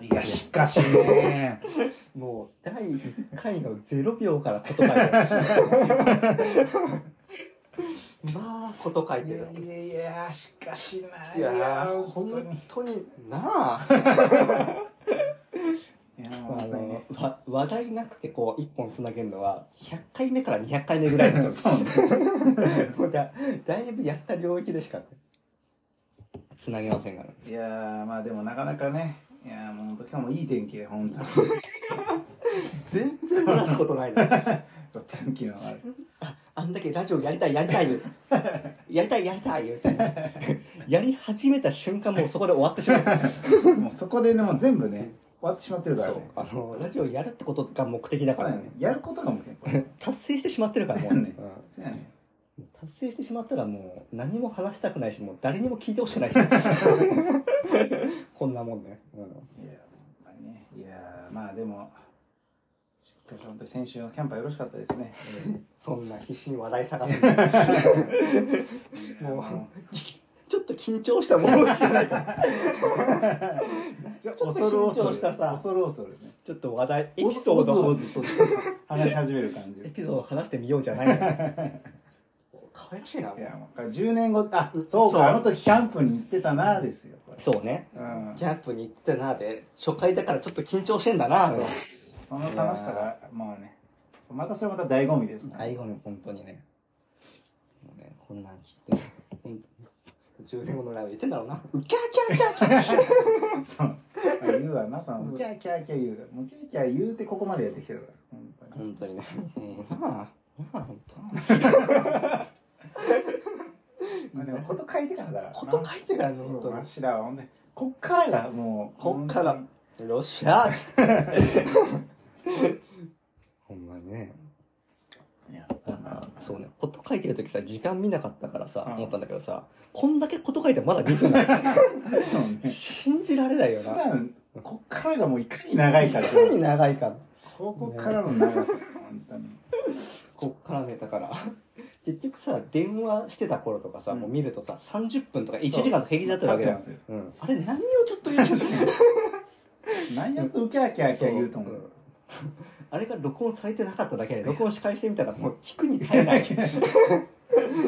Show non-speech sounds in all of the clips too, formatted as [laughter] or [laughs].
いや、しかしね、もう、第1回の0秒からこと書いて [laughs] る。まあ、こと書いいてるや。いやいや、しかしな、いやー、本当に。本当になあ。いや、あ本当にねの。わ話題なくてこう一本つなげるのは100回目から200回目ぐらい [laughs] のそうねもうだだいぶやった領域でしかつなげませんからいやー、まあでもなかなかね、いやー、もう本当今日もいい天気で、本当に。全然話すことないの天気のあれ。 [laughs] あんだけラジオやりたいやりたい [laughs] 言うやりたいやりたい言うてやり始めた瞬間もうそこで終わってしまうもうそこでね、もう全部ね、終わってしまってるからね。あのラジオやるってことが目的だそかうらやねね。やることがもうね、これ。達成してしまってるからもう、そうやねうんそうやね。達成してしまったらもう何も話したくないしもう誰にも聞いてほしくないしこんなもんね、うんいや、ほんまにね。いやー、まあでも、しっかり本当に先週のキャンパーよろしかったですね。そんな必死に話題探す [laughs] もうちょっと緊張したもんじゃないかちょっと恐る恐緊る張したさ恐る恐るねちょっと話題エピソードおをずおずとちょっと話し始める感じエピソードを話してみようじゃないの可愛らしいないやもうこれ10年後あそうかそうあの時キャンプに行ってたなですよこれそうねうんキャンプに行ってたなで初回だからちょっと緊張してんだなそうその楽しさがまあねまたそれまた醍醐味ですね醍醐味本当にねもうねこんなん聞いてほんと10年後のライブ言ってんだろうなうキャーキャーキャーキャーそう言うわなそのキャーキャーキャー言うからもうキャーキャー言うてここまでやってきてるから本当に本当にねもうなあなあ本当まあでもこと書いてからだからこと書いてからね本本当当ににわしらはほんでこっからがもうこっからロシア [laughs] ほんまねいやそうねこと書いてる時さ時間見なかったからさ、うん思ったんだけどさこんだけこと書いてまだ見分ない [laughs] そうね信じられないよ普な段こっからがもういかに長いかっていう何長いかここからの長さ、本当に。こっから寝たから [laughs] 結局さ電話してた頃とかさ、うんもう見るとさ30分とか1時間の平気だったわけだよそう立っ、うん、あれ何をちょっと言ってる何やつとキャーキャーキャー言うと思そうう。ん [laughs] あれが録音されてなかっただけで録音し返してみたらもう聞くに耐えないい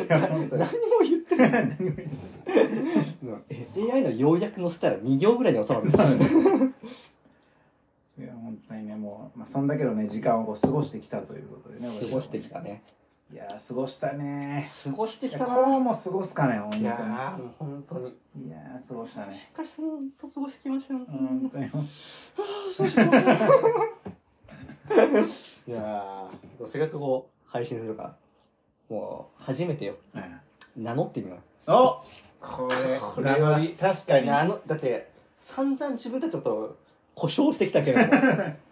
や、本当 [laughs] 何に [laughs] も。言ってないえ AI の要約載せたら2行ぐらいに収まる [laughs] そうだねいや、本当にね、もう、まあ、そんだけのね、時間をこう過ごしてきたということでね。 [laughs] 過ごしてきたねいや、過ごしたね。過ごしていきや、たなこうも過ごすかね、本当に。いいややーもう本当にー、過ごしたしね。っかりそのと過ごしてきましたよ本当 [laughs] に。いやー、せっかくこう、配信するから、もう、初めてよ。うん名乗ってみよう。おこれ、これは名乗り確かに。名乗、だって、散々自分たちちょっと、故障してきた [laughs] けれども、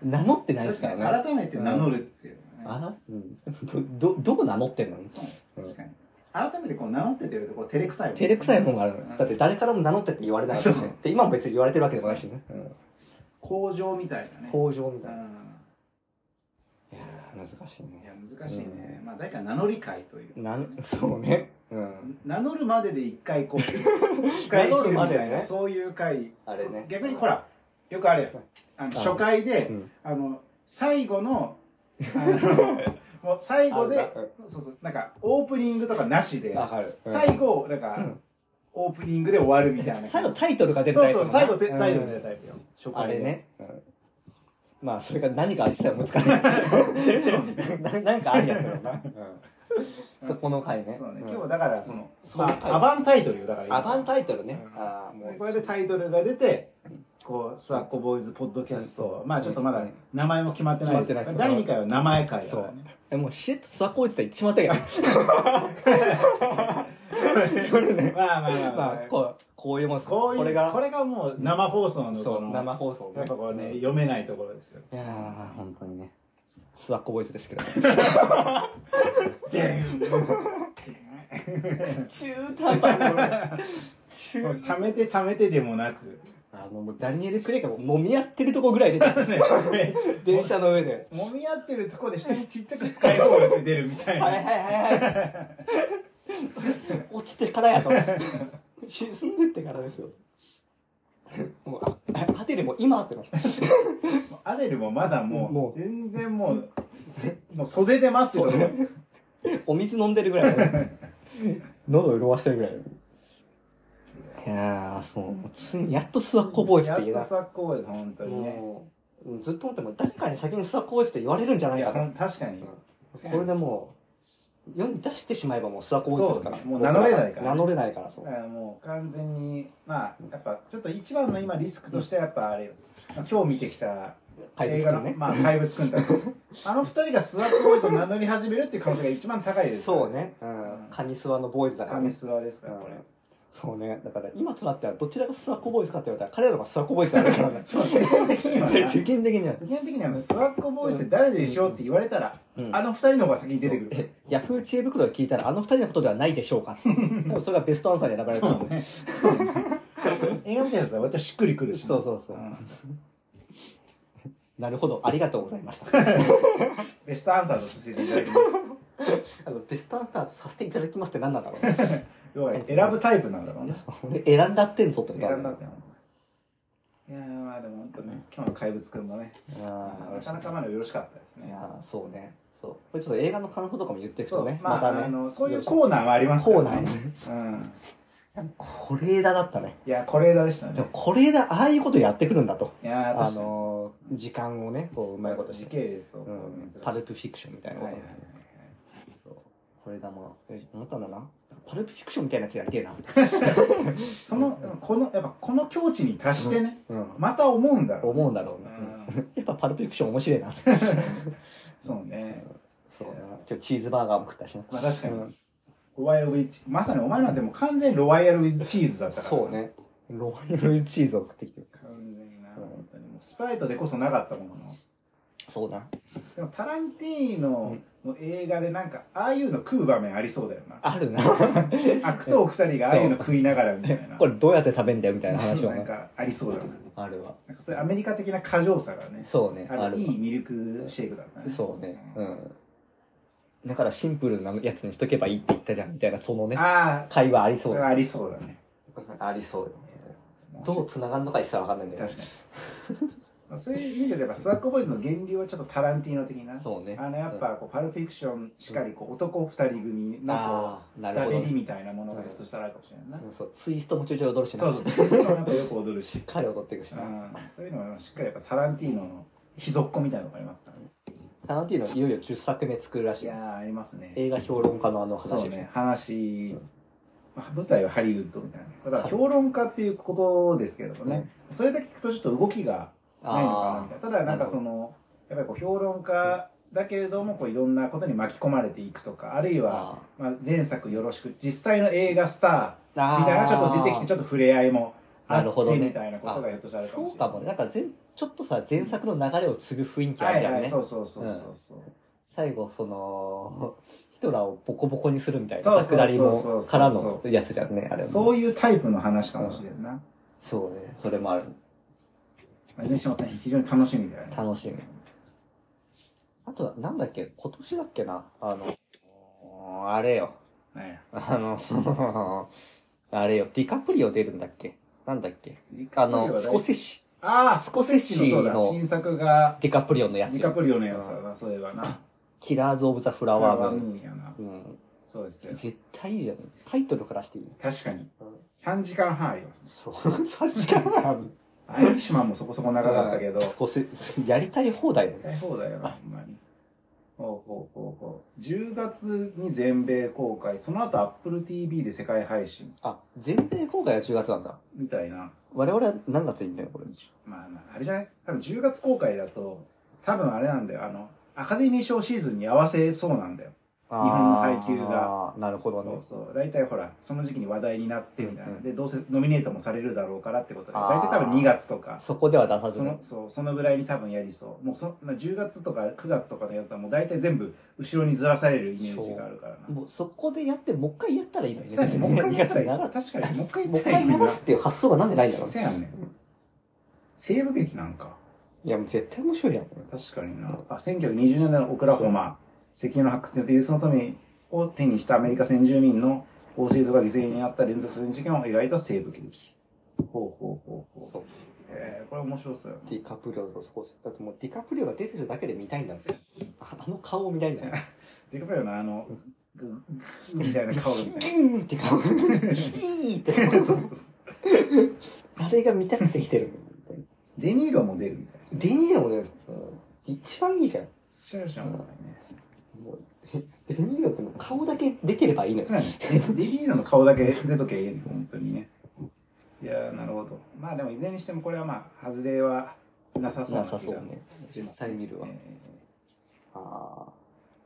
名乗ってないで確すかからに、ね。改めて名乗るっていうね。あら、うん。ど、ど、どう名乗ってんのそう、確かに。改めてこう名乗っててると、こう、照れくさい。照れくさいもんがあるのようんだって誰からも名乗ってって言われなかったしそうね。で、今も別に言われてるわけでもないしね。工場みたいなね。工場みうたいな。んいやー、難しいいね。や難しいね、まあ誰か名乗り会というなん、 [laughs] そうね。うん。名乗るまでで一回 [laughs] こう一名乗るまで切るねみたいなそういう会あれね逆にほらよくあれよあのあ初回で、うんあの最後の [laughs] あのもう最後あでそうそうなんかオープニングとかなしで、わかる。うん最後なんか、うんオープニングで終わるみたいな感じ最後タイトルが出るそタうイプそうのな最後でタイトルう出んたタイプよ初あ回でれね、まあそれが何か一切思いつか [laughs] ない何かあるやつだろうな、そこの回ねそうね、うん今日だからその、そうまあ、アバンタイトルよだからアバンタイトルね、うんああももううこれでタイトルが出て、こう、スワッコボーイズポッドキャスト、まあちょっとまだ名前も決まってないです決まってない第2回は名前会だそからうね。えもうシレッと諏訪こいてたら言ってしまったけどまあまあまあままああこうこういうもんですこういう、これれががもう生放送のそこうの、生放送やっぱこうね、い読めないところですよ。やー本当にねスワッコボイスですけどでん中途半端な中こう溜めて溜めてでもなく、 [laughs] あのもうダニエル・クレイがもう揉み合ってるとこ [laughs] ぐらいで電車の上で揉み合ってるところで下にちっちゃくスカイホールって出るみたいはいな。はいはいはい。落ちてからやと。沈んでってからですよ。もう、ああ当てるにもう今ってなってアデルもまだもうもう全然もうぜもう袖で待ってたとこお水飲んでるぐらいだよ喉潤わしてるぐらいだよいやーそうついにやっと諏訪湖ボーイズって言えやなっとサッコーボーイズ本当にねもううんずっと思っても誰かに先に諏訪こうって言われるんじゃないいやかほとん確かにこれでもう世に出してしまえばもう諏訪こうですからそうもう名乗れないから名乗れないからそうだからもう完全にまあやっぱちょっと一番の今リスクとしてはやっぱあれよまあ今日見てきた怪映物画君の、ねまあ怪物くんたち [laughs] あの二人がスワップボーイズを名乗り始めるっていう可能性が一番高いですからそうねうん神諏訪のボーイズだから神ねスワですからこれうんそうねだから今となってはどちらが諏訪湖ボーイズかって言われたら彼らの方が諏訪湖ボーイズだからねそう世間的にはね世間的には世間的にはあのスワッコボーイズって誰でしょうって言われたら、うんあの二人の方が先に出てくるえヤフー知恵袋で聞いたらあの二人のことではないでしょうかっつって多分それがベストアンサーに選ばれたそうねそうね映画みたいだったら割としっくりくるしね、そうそうそううんなるほどありがとうございました [laughs] ベストアンサーとさせていただき [laughs] ますあのベストアンサーさせていただきますって何なんだろうね要は選ぶタイプなんだろうね俺選んだってんぞってこと選んだあっていやーまあでも本当ね今日の怪物くんもねなかなかあまだよろしかったですいねやーそうねそうこれちょっと映画の感想とかも言っていくそとう、ねまあ、またねあのそういうコーナーはありますコーねナーねうん是枝だったねいや是枝でしたでねも是枝ああいうことやってくるんだといやーあ確かにのー時間をねこううまいことし時て、系列をうこう珍んしい、パルプフィクションみたいなこはいとはいね、はいそうこれだもえ思ったんだなパルプフィクションみたいなやつやりてえなそのこのやっぱこの境地に達してねうんまた思うんだろ思うんだろうううね、んやっぱパルプフィクション面白いなそうね [laughs] そうな今日チーズバーガーも食ったしなまあ確かにうんロワイヤルウィズまさにお前なんてもう完全にロワイヤルウィズチーズだったからそうねロワイヤルイズチーズを食ってきてる完全にな本当にもうスプライトでこそなかったもののそうなでもタランティーノの映画でなんかああいうの食う場面ありそうだよ [laughs] なあるな悪党二人がああいうの食いながらみたいなこれどうやって食べんだよみたいな話をなんねかありそうだよなあるわなんかそれアメリカ的な過剰さがねそうねああれるいいミルクシェイクだったわねそうねうんだからシンプルなやつにしとけばいいって言ったじゃんみたいなそのねああ会話ありそそうれはありそうだねありそうよどう繋がるのか一切わかんないんだよ確かにまあそういう意味で言えばスワッコボーイズの源流はちょっとタランティーノ的なそうねあのやっぱこうパルプフィクションしっかりこう男二人組のああこーなうるダほビどリみたいなものがひょっとしたらあるかもしれないなうんそうツイストもちょいちょい踊るしなそうそうツイストもやっぱよく踊るししっかり踊っていくしうな、んそういうのはしっかりやっぱタランティーノの秘蔵っ子みたいなのがありますからねタランティーノいよいよ10作目作るらしいいやよーありますね映画評論家のあの話をそうね話、まあ、舞台はハリウッドみたいなだから評論家っていうことですけれどもね、それだけ聞くとちょっと動きがないのかなあみたいなただなんかそのやっぱりこう評論家だけれどもこういろんなことに巻き込まれていくとかあるいあはまあ、前作よろしく実際の映画スタあーーみたいなのがちょっと出てきてちょっと触れ合いもあなるほっどてねみたいなことがひょっとしたらあるかもしそれうなかい。もねなんか前ちょっとさ前作の流れを継ぐ雰囲気あはるいじゃんね、はい、そうそうそうそうそう。最後そのヒトラーをボコボコにするみたいそうなそうそう下りそうそうもそうからのやつじゃんねあれもそういうタイプの話かもしれんな。まそうねそれもあるあいずれにしてもね非常に楽しみであります。楽しみあとはなんだっけ今年だっけなあのあれよはい。あの [laughs] あれよディカプリオ出るんだっけなんだっけああのスコセッシああ、スコセッシそうだ、の新作が、ディカプリオのやつディよカプリオのやつだな、そういえばな。キラーズ・オブ・ザ・フパラワームーン。ーンやな。うん、そうですよ。絶対いいじゃん。タイトルからしていい。確かに。3時間半ありますね。そう。3時 [laughs] 間 [laughs] 半。アイリッシュマンもそこそこ長かったけど。少し、 [laughs] やりたい放題だね。大放題だな、ほんまに。ほうほうほうほう。10月に全米公開、その後 Apple TV で世界配信あ、全米公開は10月なんだ。みたいな。我々は何月にいいんだよ、これ。まあまあ、あれじゃない多分10月公開だと、多分あれなんだよ。あの、アカデミー賞シーズンに合わせそうなんだよ。あー日本の配給が。なるほどそうね。そう。大体ほら、その時期に話題になってみたいな。うんうんで、どうせノミネートもされるだろうからってことで。あー大体多分2月とか。そこでは出さずそにの。そうそのぐらいに多分やりそうもうそまあ10月とか9月とかのやつはもう大体全部後ろにずらされるイメージがあるからなもうそこでやって、もう一回やったらいいのにね。そうやねもう一回やったらいい2月に確かにもう一回流すもう一や回り流すっていう発想がなんでないんだろう。せやねん西部劇なんかいや、もう絶対面白いやん。確かになあ1920年代のオクラホマ石油の発掘によって有数の富を手にしたアメリカ先住民の法政族が犠牲になった連続殺人事件を描いた西部劇ほうほうほうほうそう。えこれ面白そうよねディカプリオとそうだってもうディカプリオが出てるだけで見たいんだもんああの顔を見たいん [laughs] だよディカプリオのあの、グッグッみたいな顔みたいうんって顔 [laughs] いいってな。[laughs] [laughs] そうそ顔うそう。あれが見たくて来てるデニーロも出るみたいですね。デニーロもね、うん一番いいじゃんシャーシャーもないね。もうデデニーロってもう顔だけ出てればいいのよそうやね。デニーロの顔だけ出とけばいいね、本当にね。いやー、なるほど。まあでも、いずれにしてもこれはまあ、外れはなさそう [laughs] ななさ気そうがねし絶ます対見るわ、ええああ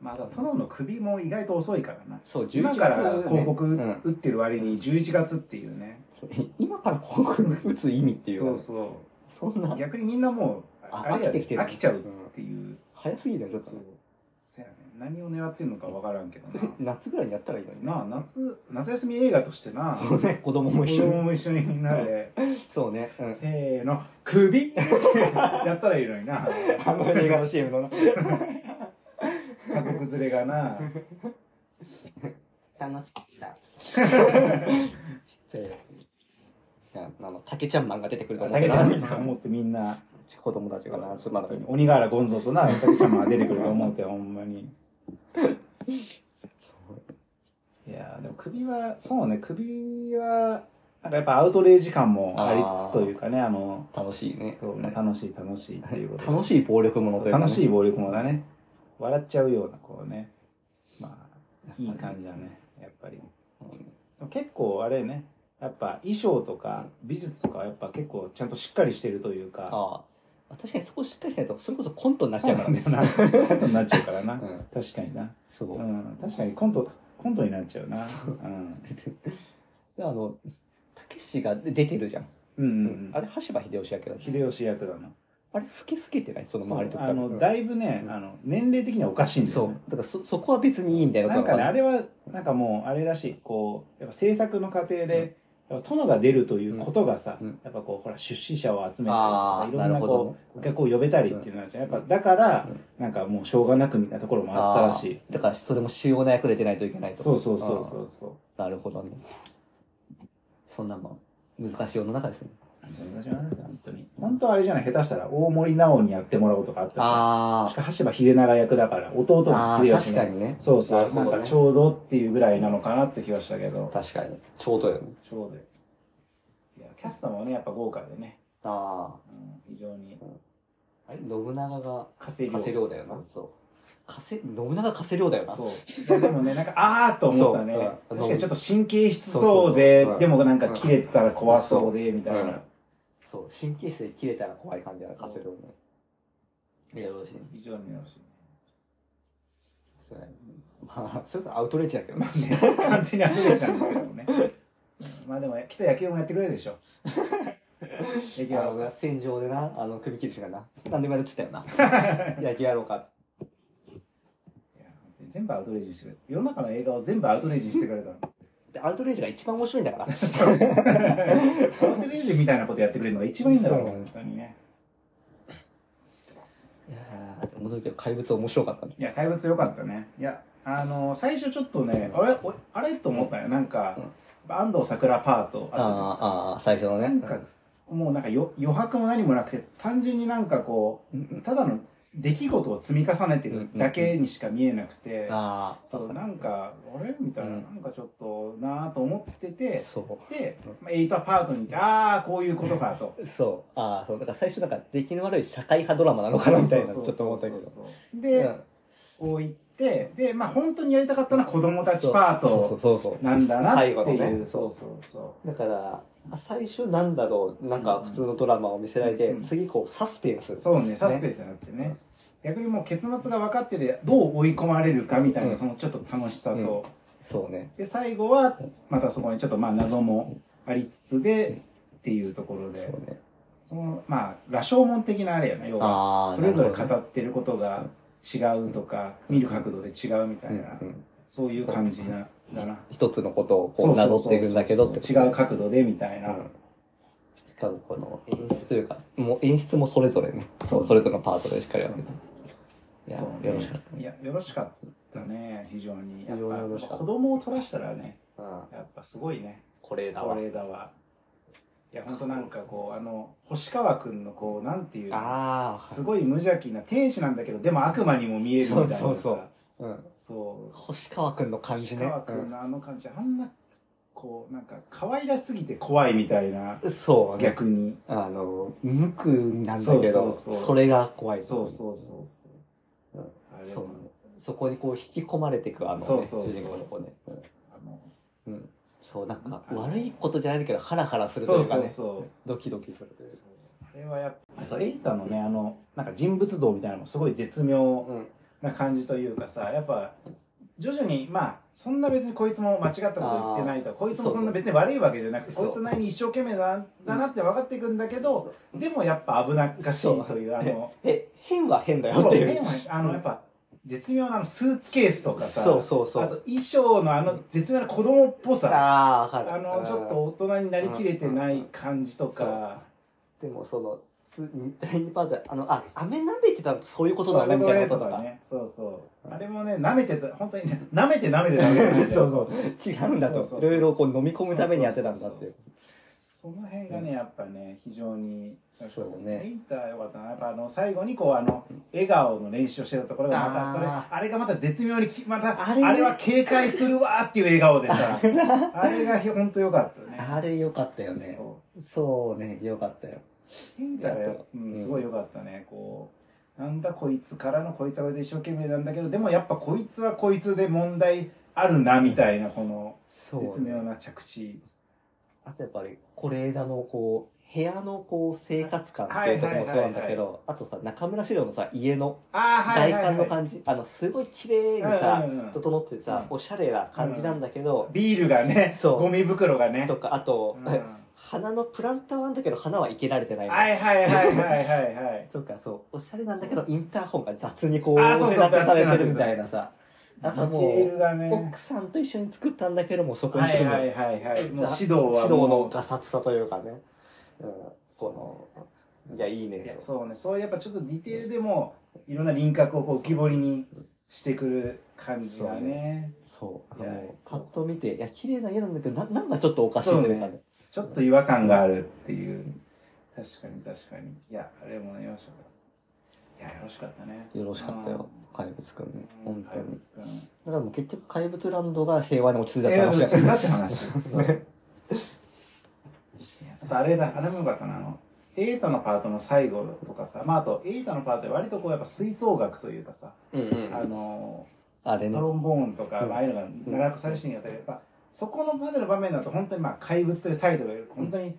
まあ、ただ殿の首も意外と遅いからな。そう11今月からね広告うん打ってる割に11月っていうね。そう今から広告打つ意味っていうそうそそんなう。逆にみんなもう、ああれや飽きてきてる飽きちゃうっていう。早すぎだよちょっとそやね何を狙ってんのかわからんけどそれ夏ぐらいにやったらいいの [laughs] にな。なあ、夏、夏休み映画として [laughs] な。そうね [laughs] 子供子も一緒供にも一緒にみんなで、そうね、うん、せーの、首 [laughs] やったらいいのにな。あの映画の CM のな家族連れがな。楽しかった [laughs] ちっちゃいなあの竹ちゃんマンが出てくると思う竹けちどゃんさん思ってみんな、子供たちがな集まるとに鬼瓦ゴンゾーとな、竹ちゃんが出てくると思うて、ほんまに。いやーでも首は、そうね、首は、なんかやっぱアウトレイジ感もありつつというかね、あの、楽しいねそうね、楽しい楽しいっていうことで楽しい暴力ものというか、ね、楽しいい暴力ものだね。笑っちゃうような、こうね。まあ、いい感じだね、やっぱり。結構あれね、やっぱ衣装とか美術とかはやっぱ結構ちゃんとしっかりしてるというか、ああ確かにそこしっかりしないとそれこそコントになっちゃうからねそうなんだよな。コントになっちゃうからな。 [laughs] ん確かにな。そうう、ん、確かにコント、コントになっちゃうな。うん。であのたけしが出てるじゃん、うんうんうあん。れ羽柴秀吉やけど秀吉役だな。あれ老けすけてないその周りとかあの、だいぶね、あの、年齢的にはおかしいんだそよ、うね。だからそそこは別にいいみたいななんかね、あれれは、なんかもう、あれらしい、こう、やっぱ制作の過程で、やっぱ殿が出るということがさ、うんやっぱこう、ほら、出資者を集めたりとあかー、いろんななるほどこねう、お客を呼べたりっていうのは、やっぱ、だから、なんかもう、しょうがなくみたいなところもあったらしい。だからそれも主要な役で出ないといけないとそうそうそうそううそう。なるほどねそんなもん難しい世の中ですね同じなんですよ本当に。本当はあれじゃない、下手したら、大森直にやってもらおうとかあったじゃんあ確か、羽柴秀長役だから、弟あのー秀確吉かの。にねそうそなるう、ほどなねんかちょうどっていうぐらいなのかなって気はしたけど。確かにちょうどよねちょうどよいや、キャストもね、やっぱ豪華でね、ああうん非常にあれ信長が稼ぎ加瀬亮だよな。そう。加瀬、信長加瀬亮だよな。そう。いやでもね、なんか、あーっと思ったねそううん。確かにちょっと神経質そうでそうそうそうう、んでもなんか切れたら怖そうで、みたいうんな。そう。神経質で切れたら怖い感じだな、そう加瀬亮も。いや、よろしい。非常によろしい。そうねまあ、それこそアウトレイジだけどね。完全にアウトレイジなんですけどもね。うんまあでも、きっと野球もやってくれるでしょ。 [laughs] 野球あのは。な、戦場でな、あの、首切る瞬間な。何でもやるっつったよ [laughs] な。野球やろうかっつって。全部アウトレイジにしてくれ世の中の映画を全部アウトレイジにしてくれたの。でアウトレイジが一番面白いんだから。アウトレイジみたいなことやってくれるのが一番いいんだから、そう本当にね。いやー、戻るけど、怪物面白かったね。いや、怪物良かったね。いや、あの最初ちょっとね、あれ、おあれと思ったよ。なんか、安藤桜パートああったじゃないですか。あ、ああ、最初のね。なんか、もうなんかよ余白も何もなくて、単純になんかこう、ただの出来事を積み重ねてるだけにしか見えなくて、ああ、そう、なんか、あれみたいな、うんなんかちょっとなぁと思ってて、そう。で、まあ、エイトパートに行って、ああ、こういうことかと。そう。ああ、そう。だから最初なんか、出来の悪い社会派ドラマなのかなみたいな、ちそょうそうっと思そうったけど。そうそうで、うんこう行って、で、まあ本当にやりたかったのは子供たちパーそうトそうそうそう。なんだなってい最後のう、ねそうそうそだから、あ最初なんだろう、なんか普通のドラマを見せられて、うん次こうサスペンスう。。そうね、サスペンスじゃなくてね。逆にもう結末が分かってて、どう追い込まれるかみたいな、そのちょっと楽しさと。うんそうね。で、最後は、またそこにちょっとまあ謎もありつつで、っていうところでそ、うね。その、まあ、羅生門的なあれやな、要は。ああ、それぞれな語るほどねってることが違うとか、見る角度で違うみたいな、うんうんそういう感じな、だな。一つのことをそこううそなうそぞうっていくんだけどってこと違う角度でみたいな、うんしかもこの演出というか、もう演出もそれぞれね。そう、それぞれのパートでしっかりやってた。いそうや、よろしかっいやよろしかったね非常にやっ非常ぱによろしかった子供を取らしたらねた。うん。やっぱすごいねこれだわこ。れだわいや、ほんとなんかこう、あの、星川くんのこう、なんていうのああ、すごい無邪気な天使なんだけど、でも悪魔にも見えるみたいなさ。そうそううん。そう星川くんの感じね。星川君のあの感じ、あんな、こう、なんか、可愛らしすぎて怖いみたいな、うんそうね。逆に。あの、無垢なんだけど、そうそうそうそれが怖い。そうそうそうそう。うんあれそうもそこにこう引き込まれていく、あのね、そうそうそう主人公の子ね。うんあのうん。そう、なんか、うん悪いことじゃないけど、ハラハラするとそいううかそうね、そう。ドキドキするというか。あれはやっぱ、そう、エイタのね、あの、なんか人物像みたいなのもすごい絶妙うん。な感じというかさ、やっぱ、徐々に、まあ、そんな別にこいつも間違ったこと言ってないとか、こいつもそんな別に悪いわけじゃなくて、そうこいつなりに一生懸命だだなって分かっていくんだけど、でもやっぱ危なっかしいという、あの、え、変は変だよそっう、てでいう。もあの、やっぱ、絶妙なあのスーツケースとかさ、そうそうそあう。と衣装のあの絶妙な子供っぽさ、ああ、わかる。あの、ちょっうん。と大人になりきれてない感じとか、でも、その、つ第2パートで、あの、あ、飴舐めてたのってそういうことそだうね、いうみこたといねなことととかか。ね、そうそう。あれもね、舐めてた、本当にね、舐めて舐めて舐めて舐めて。 [laughs] そうそう。違うんだと。そうそういそうろいろこう飲み込むためにやってたんだっていう。その辺がね、やっぱね、非常に、そうねエイターよかったな。やっぱあの、最後にこう、あの、笑顔の練習をしてたところが、まあーた、それ、あれがまた絶妙にき、また、ああれれねは警戒するわーっていう笑顔で [laughs] さ、あれが本当よかったね。あれ良かったよね。そそうね、良かったよ。う。エイターが、うん、すごいよかったね。こう、なんだこいつからのこいつはこいつで一生懸命なんだけど、でもやっぱこいつはこいつで問題あるな、みたいな、この、そう、絶妙な着地。あとやっぱり、是枝のこう、部屋のこう、生活感っていうところもそうなんだけど、あとさ、中村獅童のさ、家のああ、は外いはい、はい。観の感じ、あの、すごい綺麗にさうんうんうん、整っててさ、おしゃれな感じなんだけど、ビールがね、そうゴミ袋がね。とか、あとう、ん花のプランターはあんだけど、花は生けられてないの。はいはいはいはいはいはい。とか、そう、おしゃれなんだけど、インターホンが雑にこう、あそう押そうし出されてるみたいなさ、デ [laughs] あィとテもールう、がね。奥さんと一緒に作ったんだけども、そこには住いむはいはいはい。もう指指導は導ものう。がさつさというかね、うん、このいやいいいねやそうね、そういうやっぱちょっとディテールでも、いろんな輪郭をこう浮き彫りにしてくる感じがそうね。そういやもうパッと見ていや綺麗な家なんだけどななんかちょっとおかしいというかねちょっと違和感があるっていう。確かに確かに。いや、あれもね、よろしかった。いや、よろしかったね。よろしかったよ怪物くんねうん。本当に怪物くんだからもう結局怪物ランドが平和に落ち着いたってえ話だよだって [laughs] 話。そうあとあれだ、あれもよかったな、あの、エイトのパートの最後とかさ、まああと、エイトのパートで割とこうやっぱ吹奏楽というかさ、うんうんあの、あれねトロンボーンとか、うんああいうのが長くされるシーンやったり、やっぱ、そこのまでの場面だと本当にまあ怪物というタイトルが、本当に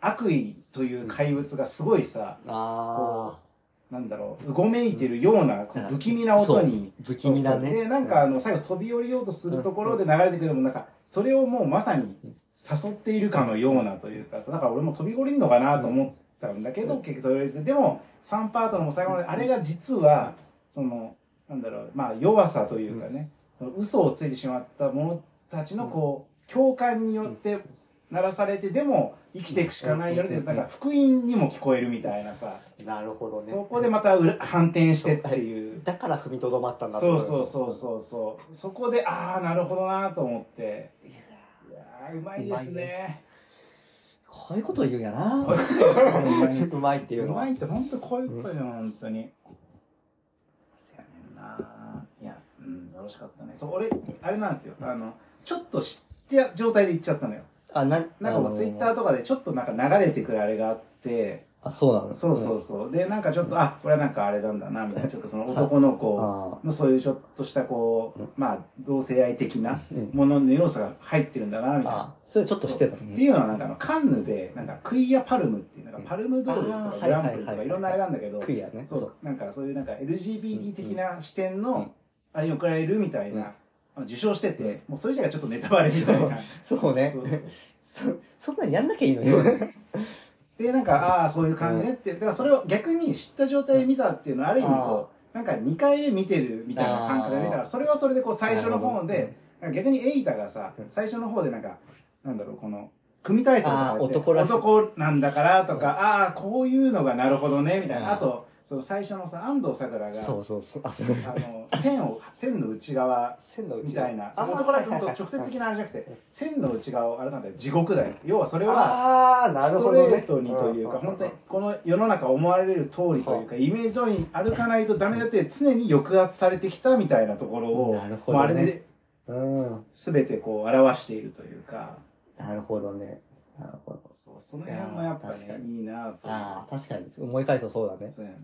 悪意という怪物がすごいさ、あなんだろう、うごめいてるような、こう不気味な音に、ー不気味だで、ねなんかあの、最後飛び降りようとするところで流れてくるのも、なんか、それをもうまさに誘っているかのようなというかさ、だから俺も飛び降りるのかなと思ったんだけど、結局飛び降りず、でも、3パートのもう最後まで、あれが実は、その、なんだろう、まあ、弱さというかね、その嘘をついてしまった者たちの、こう、共感によって、鳴らされて、でも、生きていくしかないよね、うんなんか、福音にも聞こえるみたいなさ、なるほどそねこでまた裏反転してっていう。だから踏みとどまったんだそうそうそうそうそうそこでああなるほどなと思っていやーうまいですねこういうことを言うんやなこう [laughs] いうことうまいっていううのはまいって本当こういうことよ本当にせやねんないやうんよろしかったねそう俺あれなんですよあのちょっと知った状態で行っちゃったのよあななんかもうツイッターとかでちょっとなんか流れてくるあれがあってあそうなのそうそうそうでなんかちょっとあこれはなんかあれなんだなみたいなちょっとその男の子 [laughs] あのそういうちょっとしたこう、まあ同性愛的なうんものの要素が入ってるんだなみたいなあ。それちょっとしてたそうのっていうのはなんかあのカンヌでなんかクイアパルムっていうなんかパルムドールとあーかグランプリはといはいはかいいろんなあれがあるんだけどクイアねそうなんかそういうなんか LGBT 的な視点うのんあれに送られるみたいな受賞しててもうそれ自体がちょっとネタバレみたいな。そう [laughs] ねそうそうそ [laughs] そんなんやんなきゃいいのにでなんかああそういう感じねってだからそれを逆に知った状態で見たっていうのはある意味こうなんか2回目見てるみたいな感覚で見たからそれはそれでこう最初の方なるほでなんか逆にエイタがさ最初の方でなんかなんだろうこの組体操とかやってあー男らしい男なんだからとかああーこういうのがなるほどねみたいうんなあとその最初のさ安藤サクラがそうそうそう。あ、そう。あの線を線の内側線のみたいなそあ、のまとあ、こころれ、は本当直接的なあれじゃなくて線の内側をあれなんだよ地獄だよ要はそれはああ、なスるトほどレね。ートにというかん本当にこの世の中思われる通りというかイメージ通りに歩かないとダメだって常に抑圧されてきたみたいなところをなるほもどねうあれでうん。全てこう表しているというかなるほどね。なるほど。そうその辺もやっぱいやー確かねいいなとああ、確かに。思い返すとそうだね。そうやね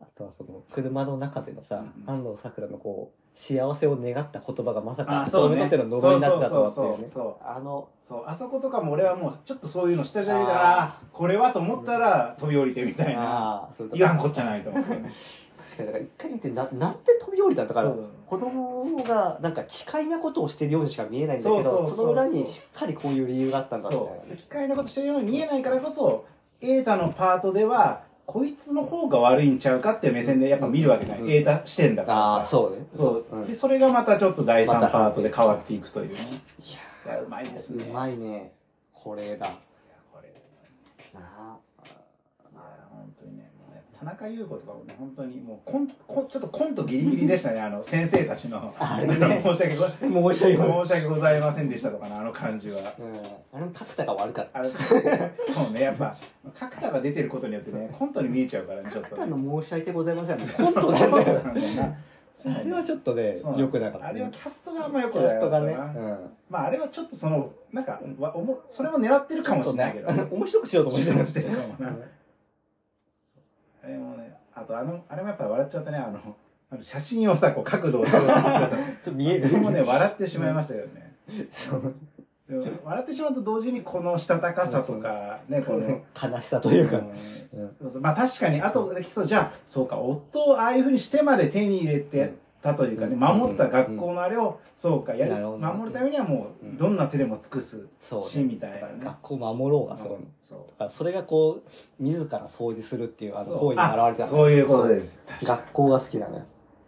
あとはその、車の中でのさ、うんうん安藤サクラのこう、幸せを願った言葉がまさあか、ーそうねにとっての呪いになってたとはってそうそうそうそうあの、そうあそことかも俺はもうちょっとそういうの下調べだからああーこれはと思ったら飛び降りてみたいなああ、そういうとこ言わんこっちゃないと思ってね確かに、だから一回見て、ななんて飛び降りたんだからそう、子供がなんか機械なことをしてるようにしか見えないんだけど、そうそうそうそうの裏にしっかりこういう理由があったんだみたいなそう機械のことしてるように見えないからこそ瑛太のパートではこいつの方が悪いんちゃうかっていう目線でやっぱ見るわけないうん瑛太視点だからあさあ、そうね。そう、うんでそれがまたちょっと第3またパートで変わっていくというねいやいやうまいですねうまいね。これだ。これなあ。いや本当にねもうね田中優子とかもね本当にもうコンコンちょっとコントギリギリで [laughs] したねあの先生たちのあれね [laughs] 申し訳ごもう一申回し訳ございませんでしたとかのあの感じはうん。あれも角田が悪かった。あれそうねやっぱ角田が出てることによってねコントに見えちゃうからねちょっ角と田ねの申し訳ございません。 [laughs] 本当なんだよ。そうあれはちょっとねそう、の良くなかっあたね。れはキャストがあんま良くキなャかスったトながね。うん。まああれはちょっとそのなんかわおもそれも狙ってるかもしれないけどちょっとね面白くしようと思ってしてるかもなあれもねあとあのあれもやっぱ笑っちゃったねあのあの写真をさこう角度を調整してちょっと [laughs] 見えずたそれもね笑ってしまいましたよねでも笑ってしまうと同時にこのしたたかさとかねこの悲しさというか。うんそうそうまあ確かにあとで聞くとじゃあそうか夫をああいうふうにしてまで手に入れてたというかねうん守った学校のあれをそうかやなるるほどね守るためにはもううんどんな手でも尽くすそうしね。みたいなね学校守ろうが、そこに。そうだからそれがこう、自ら掃除するっていうあそのう行為に表れてた。あそういうことですす確か学校が好きなのよ。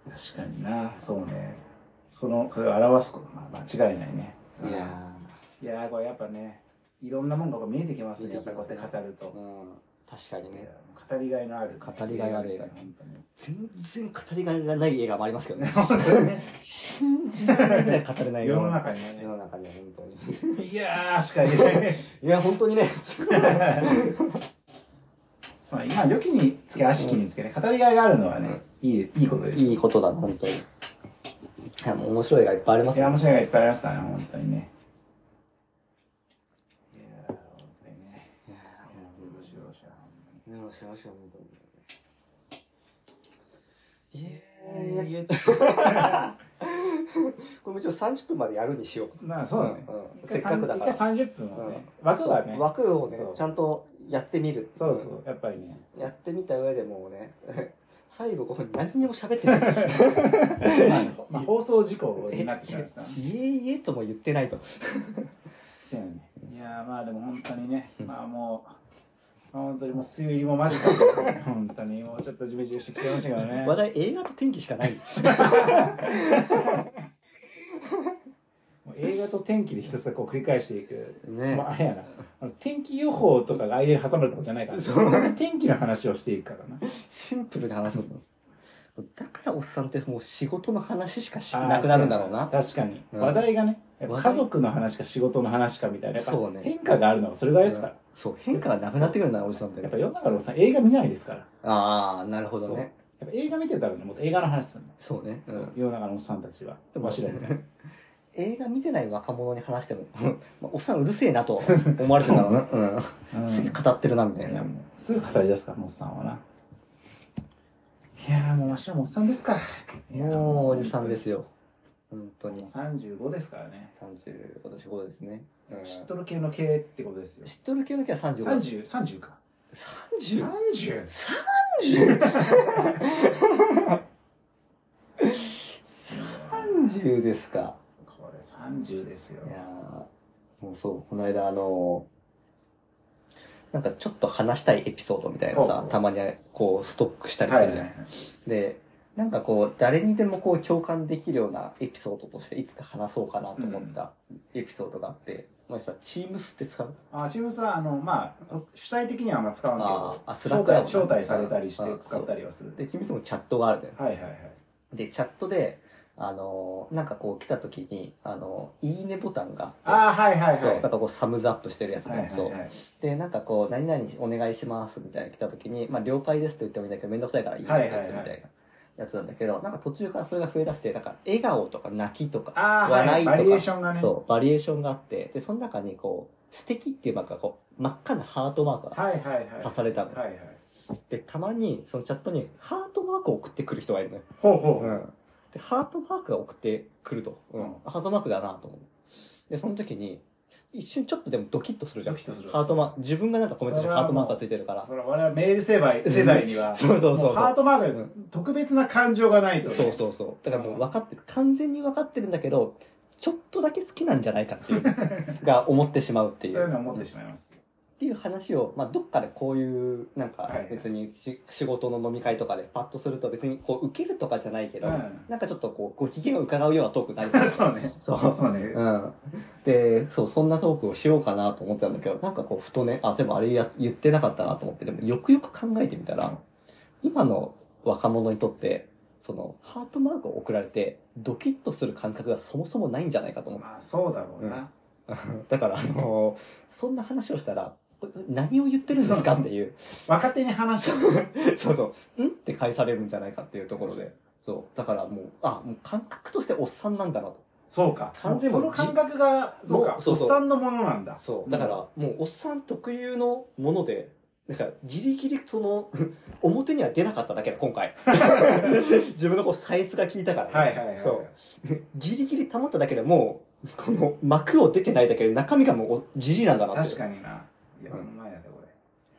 に確かになそうねそのそれを表すことまあ間違いないねいやいやーこれやっぱねいろんなもんがこう見えてきますね見やえってきぱますこうねやって語るーとうん。確かにいやね。語りがいのある語りがいある映画でしたね本当に全然語りがいがない映画もありますけどね。 [laughs] 本当にね [laughs] 信じられない語れない映 [laughs] 世画のも中には [laughs] 世ねの中には本当に。いやーしか [laughs] 言えないいや、本当にね。まあ、今、良きにつけ、悪しきにつけね、語りがいがあるのはね、いい、いいことです。いいいことだな、本当に。いや、もう面白い映画いっぱいありますや、ね。面白いがいっぱいありますからね、本当にね。いやー、本当にね。面白い面白い面白い、面白い、本当に。えいやこれもちろん30分までやるにしようか。まあ、そうだね。うんせっかくだから一回30分はね、枠がね、枠をねそう、ちゃんとやってみる。そうそう、やっぱりね。やってみた上でもうね、 [laughs] 最後ここに何にも喋ってない。まあ、放送事故になってしまいますからね。いえいえとも言ってないと。そうやね。いやー、まあ、でも本当にね、まあ、もう、まあ本当にもう梅雨入りも間近で、本当にもうちょっとジメジメしてきてましたけど [laughs] ね。話題映画と天気しかない。もう映画と天気でひたすらこう繰り返していく。ねもうあれやな。あの天気予報とかが間に挟まれたことじゃ [laughs] ないから、天気の話をしていくからな。シンプルに話すの。だからおっさんってもう仕事の話しかしなくなるんだろうな。確かに。うん話題がね、やっぱ話家題族の話か仕事の話かみたいな、やっぱそうね変化があるのがそれぐらいですから。そう、変化がなくなってくるんだな、おじさんってやっ。ぱ世の中のおっさん映画見ないですから。ああ、なるほそどう。やね。っぱ映画見てたらね、もっと映画の話するの。そうね。うそうん世の中のおっさんたちは。でもわしらみたいな。映画見てない若者に話しても、 [laughs] まあおっさんうるせえなと思われてたのね。うんすげえ語ってるな、みたいいやな。もうすぐ語り出すから、おっさんはな。いやーもうわしらもおっさんですから。もうおじさんですよ。本当にもう。35ですからね。 30、今年5ですね。うん知っとる系の系ってことですよ。知っとる系の時は35。 30、30か。 30? 30? 30ですか。これ30ですよい。やーもうそう、この間あのーなんかちょっと話したいエピソードみたいなほうほさう、たまにこうストックしたりすはるいじゃはんいはい。で、なんかこう、誰にでもこう共感できるようなエピソードとしていつか話そうかなと思ったエピソードがあって、前さ、チームスって使うあチームスはあのまあ主体的にはあんま使わんけどあーあスラ招ックやも待んね招待されたりしあてー使ったりはするで、チームスもチャットがあるんだよ。はいはいはいで、チャットで、あのー、なんかこう来た時に、あのー、いいねボタンがあっああはいはいはて、いそう、なんかこうサムズアップしてるやつはいはいね。そうは。いで、なんかこう、何々お願いしますみたいなの来た時に、まあ了解ですと言ってもいいんだけど、めんどくさいからいいねってやつみはいはいたはいな。やつなんだけど、なんか途中からそれが増え出して、なんか笑顔とか泣きとか、あーはい笑いとか、バリエーションがねそう、バリエーションがあって、で、その中にこう、素敵っていうなんかこう、真っ赤なハートマークがはいはいはい足されたの。はいはいで、たまにそのチャットにハートマークを送ってくる人がいるのよ。ほうほうで、ハートマークが送ってくると。うんうんハートマークだなと思う。で、その時に、一瞬ちょっとでもドキッとするじゃん。ドキッとするハートマーク。自分がなんかコメントしてそれはハートマークもうがついてるからそ。れは我々メール世代世代には [laughs] そうそうそうそうもハートマークに特別な感情がないとねそうそうそう。だからもう分かってる。完全に分かってるんだけど、ちょっとだけ好きなんじゃない [laughs] かっていう、が思ってしまうっていう。そういうのを思ってしまいますっていう話を、まあ、どっかでこういう、なんかはいはい別にし仕事の飲み会とかでパッとすると別にこう受けるとかじゃないけど、うん [laughs] なんかちょっとこうご機嫌を伺うようなトークになりそうねそうそうねうん。で、そう、そんなトークをしようかなと思ってたんだけど、なんかこう、ふとね、あ、そういえばあれや言ってなかったなと思って、でもよくよく考えてみたら、今の若者にとって、その、ハートマークを送られて、ドキッとする感覚がそもそもないんじゃないか [laughs] と思って。まあそうだろうなだから、あのそんな話をしたら、これ何を言ってるんですかっていう。若手に話して [laughs] そうそう。んって返されるんじゃないかっていうところで。そう。だからもう、あ、もう感覚としておっさんなんだなと。そうか完全にその感覚がそうかもうそおうっそうさんのものなんだそう。だから、もう、おっさん特有のもので、なんか、ギリギリ、その、 [laughs] 表には出なかっただけだ、今回。 [laughs] 自分のこう、サイズが効いたから、はいはいはいそう。ギリギリ保っただけでもう、この、膜を出てないだけで、中身がもうお、じじいなんだなって。確かにないやうこんの前やでこれ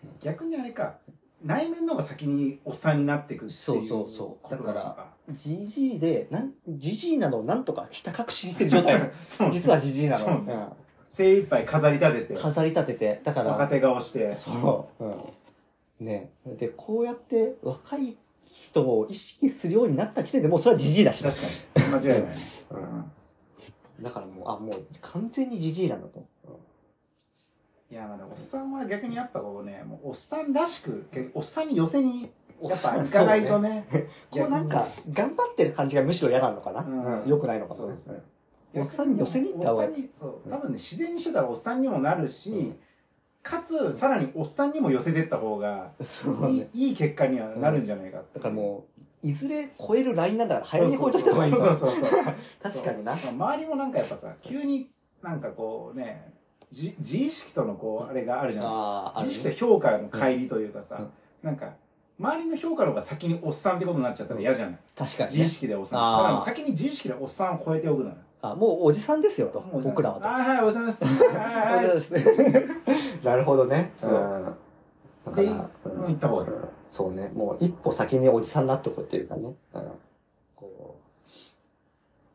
うん逆にあれか内面の方が先におっさんになってくっていうそうそうそうことなのだからじじいで、なん、じじいなのをなんとかひた隠しにしてる [laughs] 状態。そう実はじじいなそうの。うん精一杯飾り立てて飾り立てて。だから、若手顔してそう。うん。ねで、こうやって若い人を意識するようになった時点でもうそれはじじいだし。確かに間違いないねうんだからもう、あ、もう完全にじじいなんだと。いやまあでもおっさんは逆にやっぱこうねもうおっさんらしくけおっさんに寄せにやっぱ行かないとねこうなんか、頑張ってる感じがむしろ嫌なのかな。うん良くないのかそうなで。すねおっさんに寄せに行った方がいおいっさんにそう多分ね自然にしてたらおっさんにもなるし、かつさらにおっさんにも寄せてった方がそういねいいい結果にはなるんじゃないかって、だからもう、いずれ超えるラインなんだから、早めに超えといた方がいいそうのそうそうそうそう [laughs] 確かにな。そうまあ周りもなんかやっぱさ急になんかこうねじ自意識とのこうあれがあるじゃないああ、ある自意識とね。評価の乖離というかさ、うんなんか周りの評価の方が先におっさんってことになっちゃったら嫌じゃない、確かに自意ね。識でおっさんあーただもう先に自意識でおっさんを超えておくのよあ、もうおじさんですよと。もうおっさん僕らはと。あーはいおっさんですはいはいはいそうですね [laughs] なるほどね。そううん。でだからうんもう行った方がいいそうね。もう一歩先におじさんになっておくっていうかね。うん。こ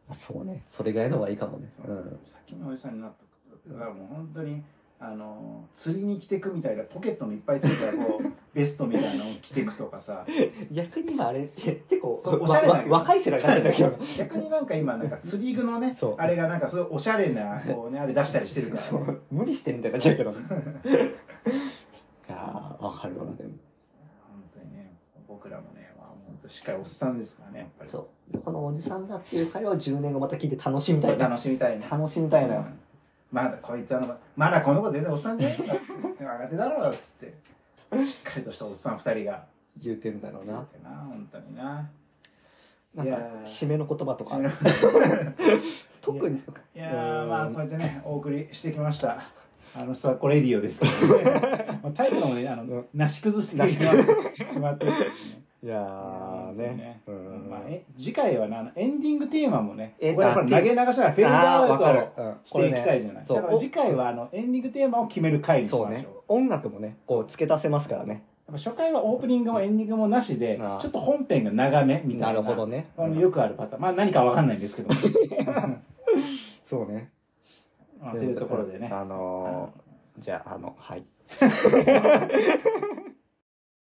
う。そうね。それぐらいの方がいいかもね。そううん。先におじさんになっとくとだからもう本当にあのー釣りに着てくみたいなポケットもいっぱいついたこうベストみたいなのを着てくとかさ逆に今あれ、 [laughs] 結構、そうおしゃれなわわ若い世代になってたけど。逆になんか今なんか釣り具のねそうあれがなんかすごいおしゃれなこうねあれ出したりしてるから、そね、う無理してるみたいになっちゃうけど。いやー、わかるわ、でも。本当にね僕らもね、まあ、本当しっかりおっさんですからねやっぱりそう。このおじさんだっていう会話を10年後また聞いて楽しみこたれいな。楽しみたいね楽しみたいなよ。まだこいつあのまだこの子全然おっさんじゃないかっつって若手だろうっつってしっかりとしたおっさん二人が言うてるんだろうな。な本当にななんかいやー、締めの言葉とか。特に。いやーまあこうやってねお送りしてきましたあのスワッコレディオですけどね [laughs] まあタイプのもねあのなし崩して決まって [laughs] 決まってるからねいやいやー本当にねね。うんまあえ次回はなエンディングテーマもねこえれやっぱり投げ流しながらフェーあードわかアるウトうんしていきたいじゃない、これだねから次回はあのエンディングテーマを決める回にしそうましねょう。音楽もね、こう付け足せますからね。やっぱ初回はオープニングもエンディングもなしで、ああちょっと本編が長めみたいな。なるほどねあのよくあるパターン。まあ何かわかんないんですけど [laughs] も。 [laughs] そうね。まあというところでね。あのー、じゃあ、あの、はい。